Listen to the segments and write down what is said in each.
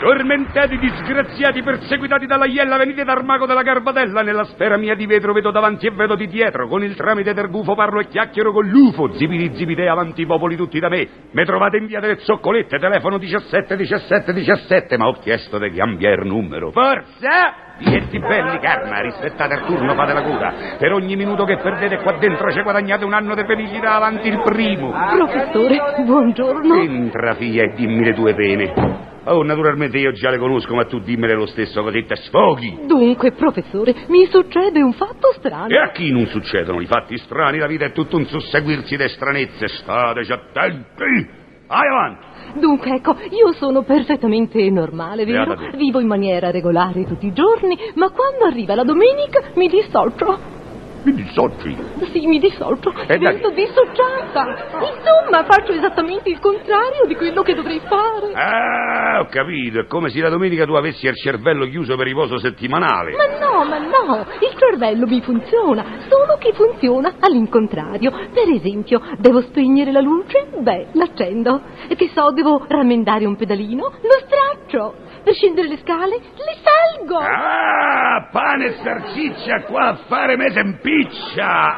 Tormentati, disgraziati, perseguitati dalla iella, venite dal mago della garbatella. Nella sfera mia di vetro vedo davanti e vedo di dietro. Con il tramite del gufo parlo e chiacchiero con l'ufo. Zibidi zibide avanti i popoli tutti da me. Me trovate in via delle zoccolette, telefono 17 17 17, ma ho chiesto di cambiare numero. Forza! Dietti belli, carma, rispettate il turno, fate la cura. Per ogni minuto che perdete qua dentro ci guadagnate un anno di felicità avanti il primo. Professore, buongiorno. Entra, figlia, e dimmi le tue pene. Oh, naturalmente io già le conosco, ma tu dimmele lo stesso, così te sfoghi. Dunque, professore, mi succede un fatto strano. E a chi non succedono i fatti strani? La vita è tutto un susseguirsi di stranezze. Stateci attenti! Vai avanti! Dunque, ecco, io sono perfettamente normale, vero? Beata te. Vivo in maniera regolare tutti i giorni, ma quando arriva la domenica mi dissolto. Mi dissoci. Sì, mi dissolto, E dai. divento dissociata. Insomma, faccio esattamente il contrario di quello che dovrei fare. Ah, ho capito. È come se la domenica tu avessi il cervello chiuso per riposo settimanale. Ma no, ma no, il cervello mi funziona, solo che funziona all'incontrario. Per esempio, devo spegnere la luce? Beh, l'accendo. E Che so, devo rammendare un pedalino? Lo straccio. Per scendere le scale? Le salgo. Ah, pane e salsiccia qua a fare me sempiccia!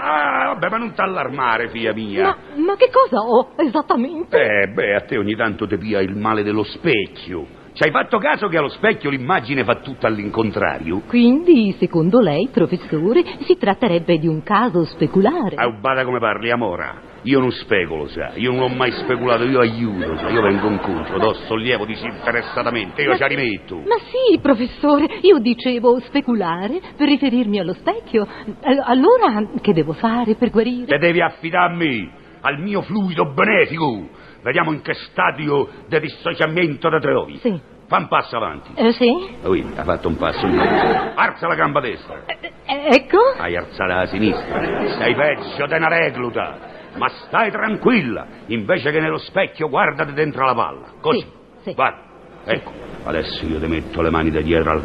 Ah, vabbè, ma non t'allarmare, figlia mia. Ma, ma che cosa ho esattamente? Eh, beh, a te ogni tanto ti pia il male dello specchio. Ci hai fatto caso che allo specchio l'immagine fa tutta all'incontrario? Quindi, secondo lei, professore, si tratterebbe di un caso speculare. Ah, bada come parli, Amora. Io non specolo, sa. Io non ho mai speculato, io aiuto, sa. Io vengo incontro, do sollievo disinteressatamente, io Ma- ci rimetto. Ma sì, professore, io dicevo speculare per riferirmi allo specchio. All- Allora, che devo fare per guarire? Te devi affidare a me, al mio fluido benefico. Vediamo in che stadio di dissociamento te trovi. Sì. Fa un passo avanti. Eh, sì? Oh, ha fatto un passo indietro. Alza la gamba destra. Eh, eh, ecco? Hai alzata la sinistra, sei peggio di una recluta. Ma stai tranquilla, invece che nello specchio guardate dentro la palla. Così. Sì, sì. Guarda. Ecco, adesso io ti metto le mani da dietro al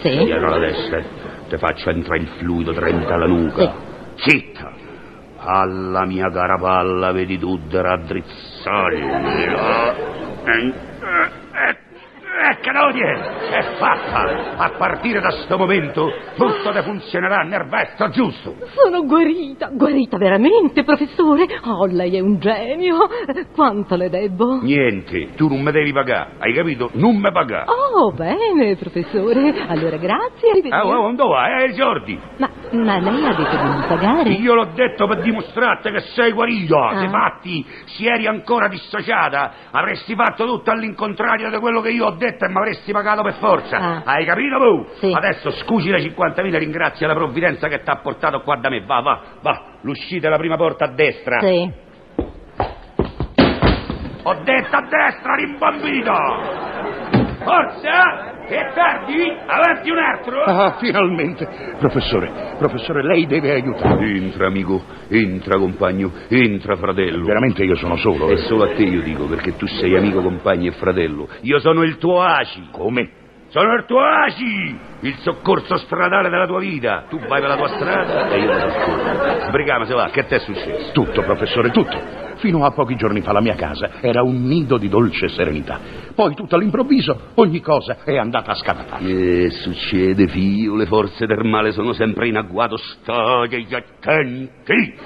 Sì. da dietro la testa. Ti faccio entrare il fluido, trenta alla nuca. Zitta! Alla mia cara palla, vedi tu di raddrizzarmi. Eh, Ecco, Dodie, è fatta! A partire da sto momento tutto ti funzionerà nel verso giusto. Sono guarita, guarita veramente, professore. Oh, lei è un genio. Quanto le debbo? Niente, tu non mi devi pagare, hai capito? Non mi pagare. Oh, bene, professore. Allora, grazie, Ah, arrivederci. oh, non va, eh, Giordi? Ma, ma lei ha detto di non pagare? Io l'ho detto per dimostrarti che sei guarito. Ah. Se fatti, si eri ancora dissociata, avresti fatto tutto all'incontrario di quello che io ho detto e mi avresti pagato per forza. Ah. Hai capito tu? Sì. Adesso scusi le 50.000, ringrazia la provvidenza che ti ha portato qua da me. Va, va, va. L'uscita è la prima porta a destra. Sì. Ho detto a destra, rimbambito! Forza! Che tardi! Avanti un altro! Ah, finalmente! Professore, professore, lei deve aiutarmi. Entra, amico, entra, compagno, entra, fratello. Veramente io sono solo. eh. È solo a te io dico, perché tu sei amico, compagno e fratello. Io sono il tuo ACI. Come? Sono il tuo ACI! Il soccorso stradale della tua vita. Tu vai per la tua strada e io la soccorro. Sbrigama, se va, che a te è successo? Tutto, professore, tutto. Fino a pochi giorni fa la mia casa era un nido di dolce serenità. Poi tutto all'improvviso ogni cosa è andata a scavatare. Che succede, figlio? Le forze del male sono sempre in agguato. Stai attenti!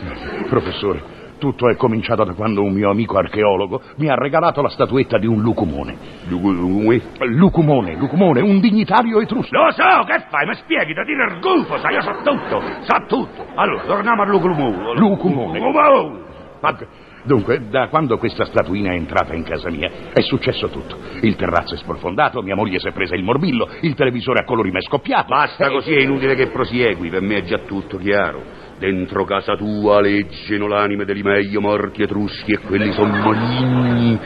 Professore, tutto è cominciato da quando un mio amico archeologo mi ha regalato la statuetta di un lucumone. Lucumone, lucumone, un dignitario etrusco. Lo so, che fai? Mi spieghi da dire il gufo, sai, io so tutto, so tutto. Allora, torniamo a Lucumone. Lucumone. Lucumone. Ma Dunque- Dunque, da quando questa statuina è entrata in casa mia, è successo tutto. Il terrazzo è sporfondato, mia moglie si è presa il morbillo, il televisore a colori mi è scoppiato. Basta Eh, così, è inutile che prosegui, per me è già tutto chiaro. Dentro casa tua leggiano l'anime degli meglio morti etruschi e quelli sono maligni.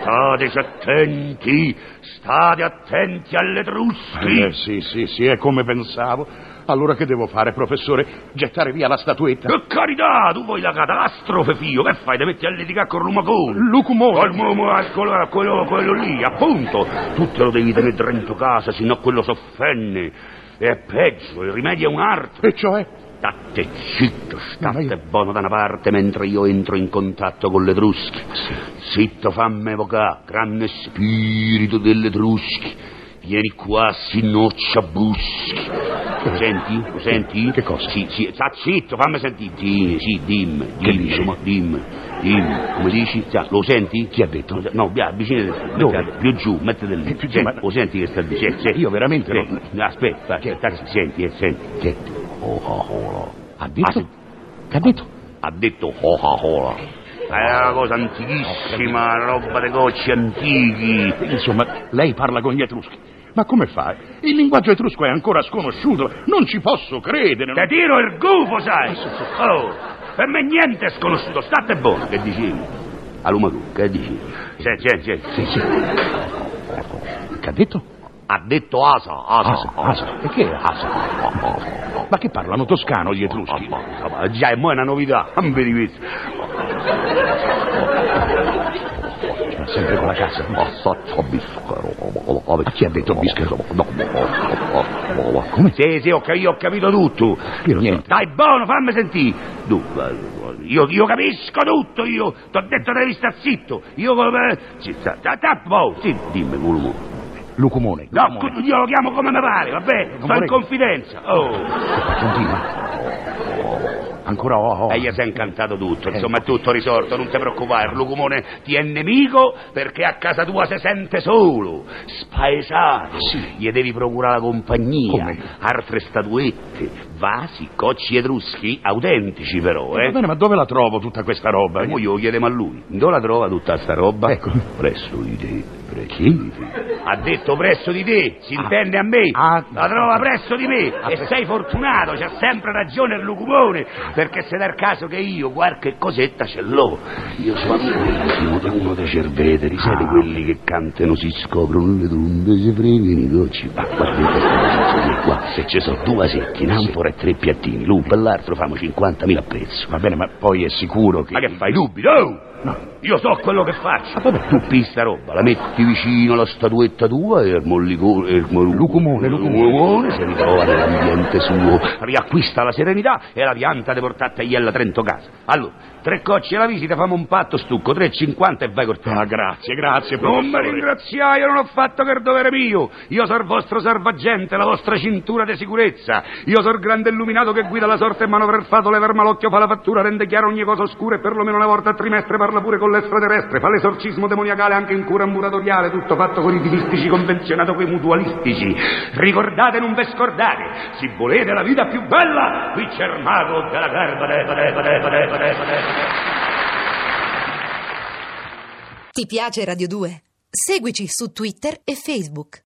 Stateci attenti, state attenti alle Eh, truschi. sì, sì, sì, è come pensavo. Allora che devo fare, professore? Gettare via la statuetta? Per carità, tu vuoi la catastrofe, figlio, che fai? Ti metti a litigare col lumacone? Col Lucumone! mumo, quello, quello, quello lì, appunto. Tu te lo devi tenere dentro casa, sennò quello s'offende. E peggio, il rimedio è un'arte. E cioè? State zitto, Ma state io- buono da una parte mentre io entro in contatto con le trusche. Zitto, fammi evocare, grande spirito delle trusche. Vieni qua, sinoccia buschi. Lo senti? Lo senti? Che cosa? Sì, sì, sta zitto, fammi sentire. Dimmi, sì, dimmi, Che dimmi, dici? insomma, dimmi, dimmi. Come dici? Sa, lo senti? Chi ha detto? No, via, avvicinati. Dove? metti- Più giù, mettete lì. Eh, più giù, Senti, ma- Lo senti che sta dicendo? Senti. Io veramente Senti, non- Aspetta, aspetta, senti, eh, senti. Senti, Coca-Cola. Ha Ah, detto? sì. Che ha detto? ha detto Coca-Cola. Eh, È una cosa antichissima, roba dei cocci antichi. Insomma, lei parla con gli etruschi. Ma come fa? Il linguaggio etrusco è ancora sconosciuto. Non ci posso credere. Te non- tiro il gufo, sai! Oh, per me niente è sconosciuto, state buono! Che dici? Aluma tu, che dici? Senti, senti, senti. Sì, sì. Che ha detto? Ha detto Asa, Asa, Asa, Ah, Asa. E che è Asa? Ma che parlano toscano gli etruschi? Ah, ma Già, è mo' è una novità, non vedi questo. Ma sempre con la casa. Assaccia biscaro. Ma chi ha detto bischero? No. Come? Sì, sì, ho, cap- io ho capito tutto. Io niente. Dai, buono, fammi sentire. Tu, eh, io, io capisco tutto, io. T'ho detto devi stare zitto. Io come... Sì, sta, sta, sta, boh, sì, dimmi, Gulmo. Lucumone. No, Lucumone. cu- io lo chiamo come mi pare, vabbè, sto in vorrei- confidenza. Oh. Continua. Ancora oh, oh. E gli si è incantato Eh. tutto, insomma è tutto risorto, non ti preoccupare, il Lucumone ti è nemico perché a casa tua si sente solo, spaesato. Gli devi procurare la compagnia, Come? altre statuette, vasi, cocci etruschi, autentici però, Va eh. bene, ma dove la trovo tutta questa roba? Ma Poi io chiediamo a lui, dove la trova tutta sta roba? Ecco. Presso di te, presso di te. Ha detto presso di te, si intende a me. Ah. La trova presso di me. e sei fortunato, c'ha sempre ragione il lucumone. Perché se dal caso che io qualche cosetta ce l'ho. Io sono amico di uno dei cerveteri, sai di quelli che cantano, si scoprono le trombe, si fregano i gocci. Ma guarda che sta qua, se ci sono due vasetti, un'anfora e tre piattini, l'un per l'altro famo 50.000 a pezzo. Va bene, ma poi è sicuro che... Ma che fai dubbi? No! Io so quello che faccio. Tu pista sta roba, la metti vicino alla statuetta tua e il mollicone. Il mol- Lucumone, lucumone. lucumone si ritrova nell'ambiente suo, riacquista la serenità e la pianta di portata a Iella Trento casa. Allora, tre cocci alla visita, famo un patto stucco, 3,50 e vai col tempo. Ah, grazie, grazie, Non mi professore. ringraziai, io non ho fatto che il dovere mio. Io sono il vostro salvagente, la vostra cintura di sicurezza. Io sono il grande illuminato che guida la sorte e manovra il fato, lever malocchio, fa la fattura, rende chiaro ogni cosa oscura e perlomeno una volta al trimestre parla pure con l'estraterrestre, fa l'esorcismo demoniacale anche in cura ambulatoriale, tutto fatto con i divistici convenzionato coi mutualistici. Ricordate, non ve scordate, se volete la vita più bella, qui c'è il mago della garba. de- de- de- de- de- de- de- de- Ti piace Radio 2? Seguici su Twitter e Facebook.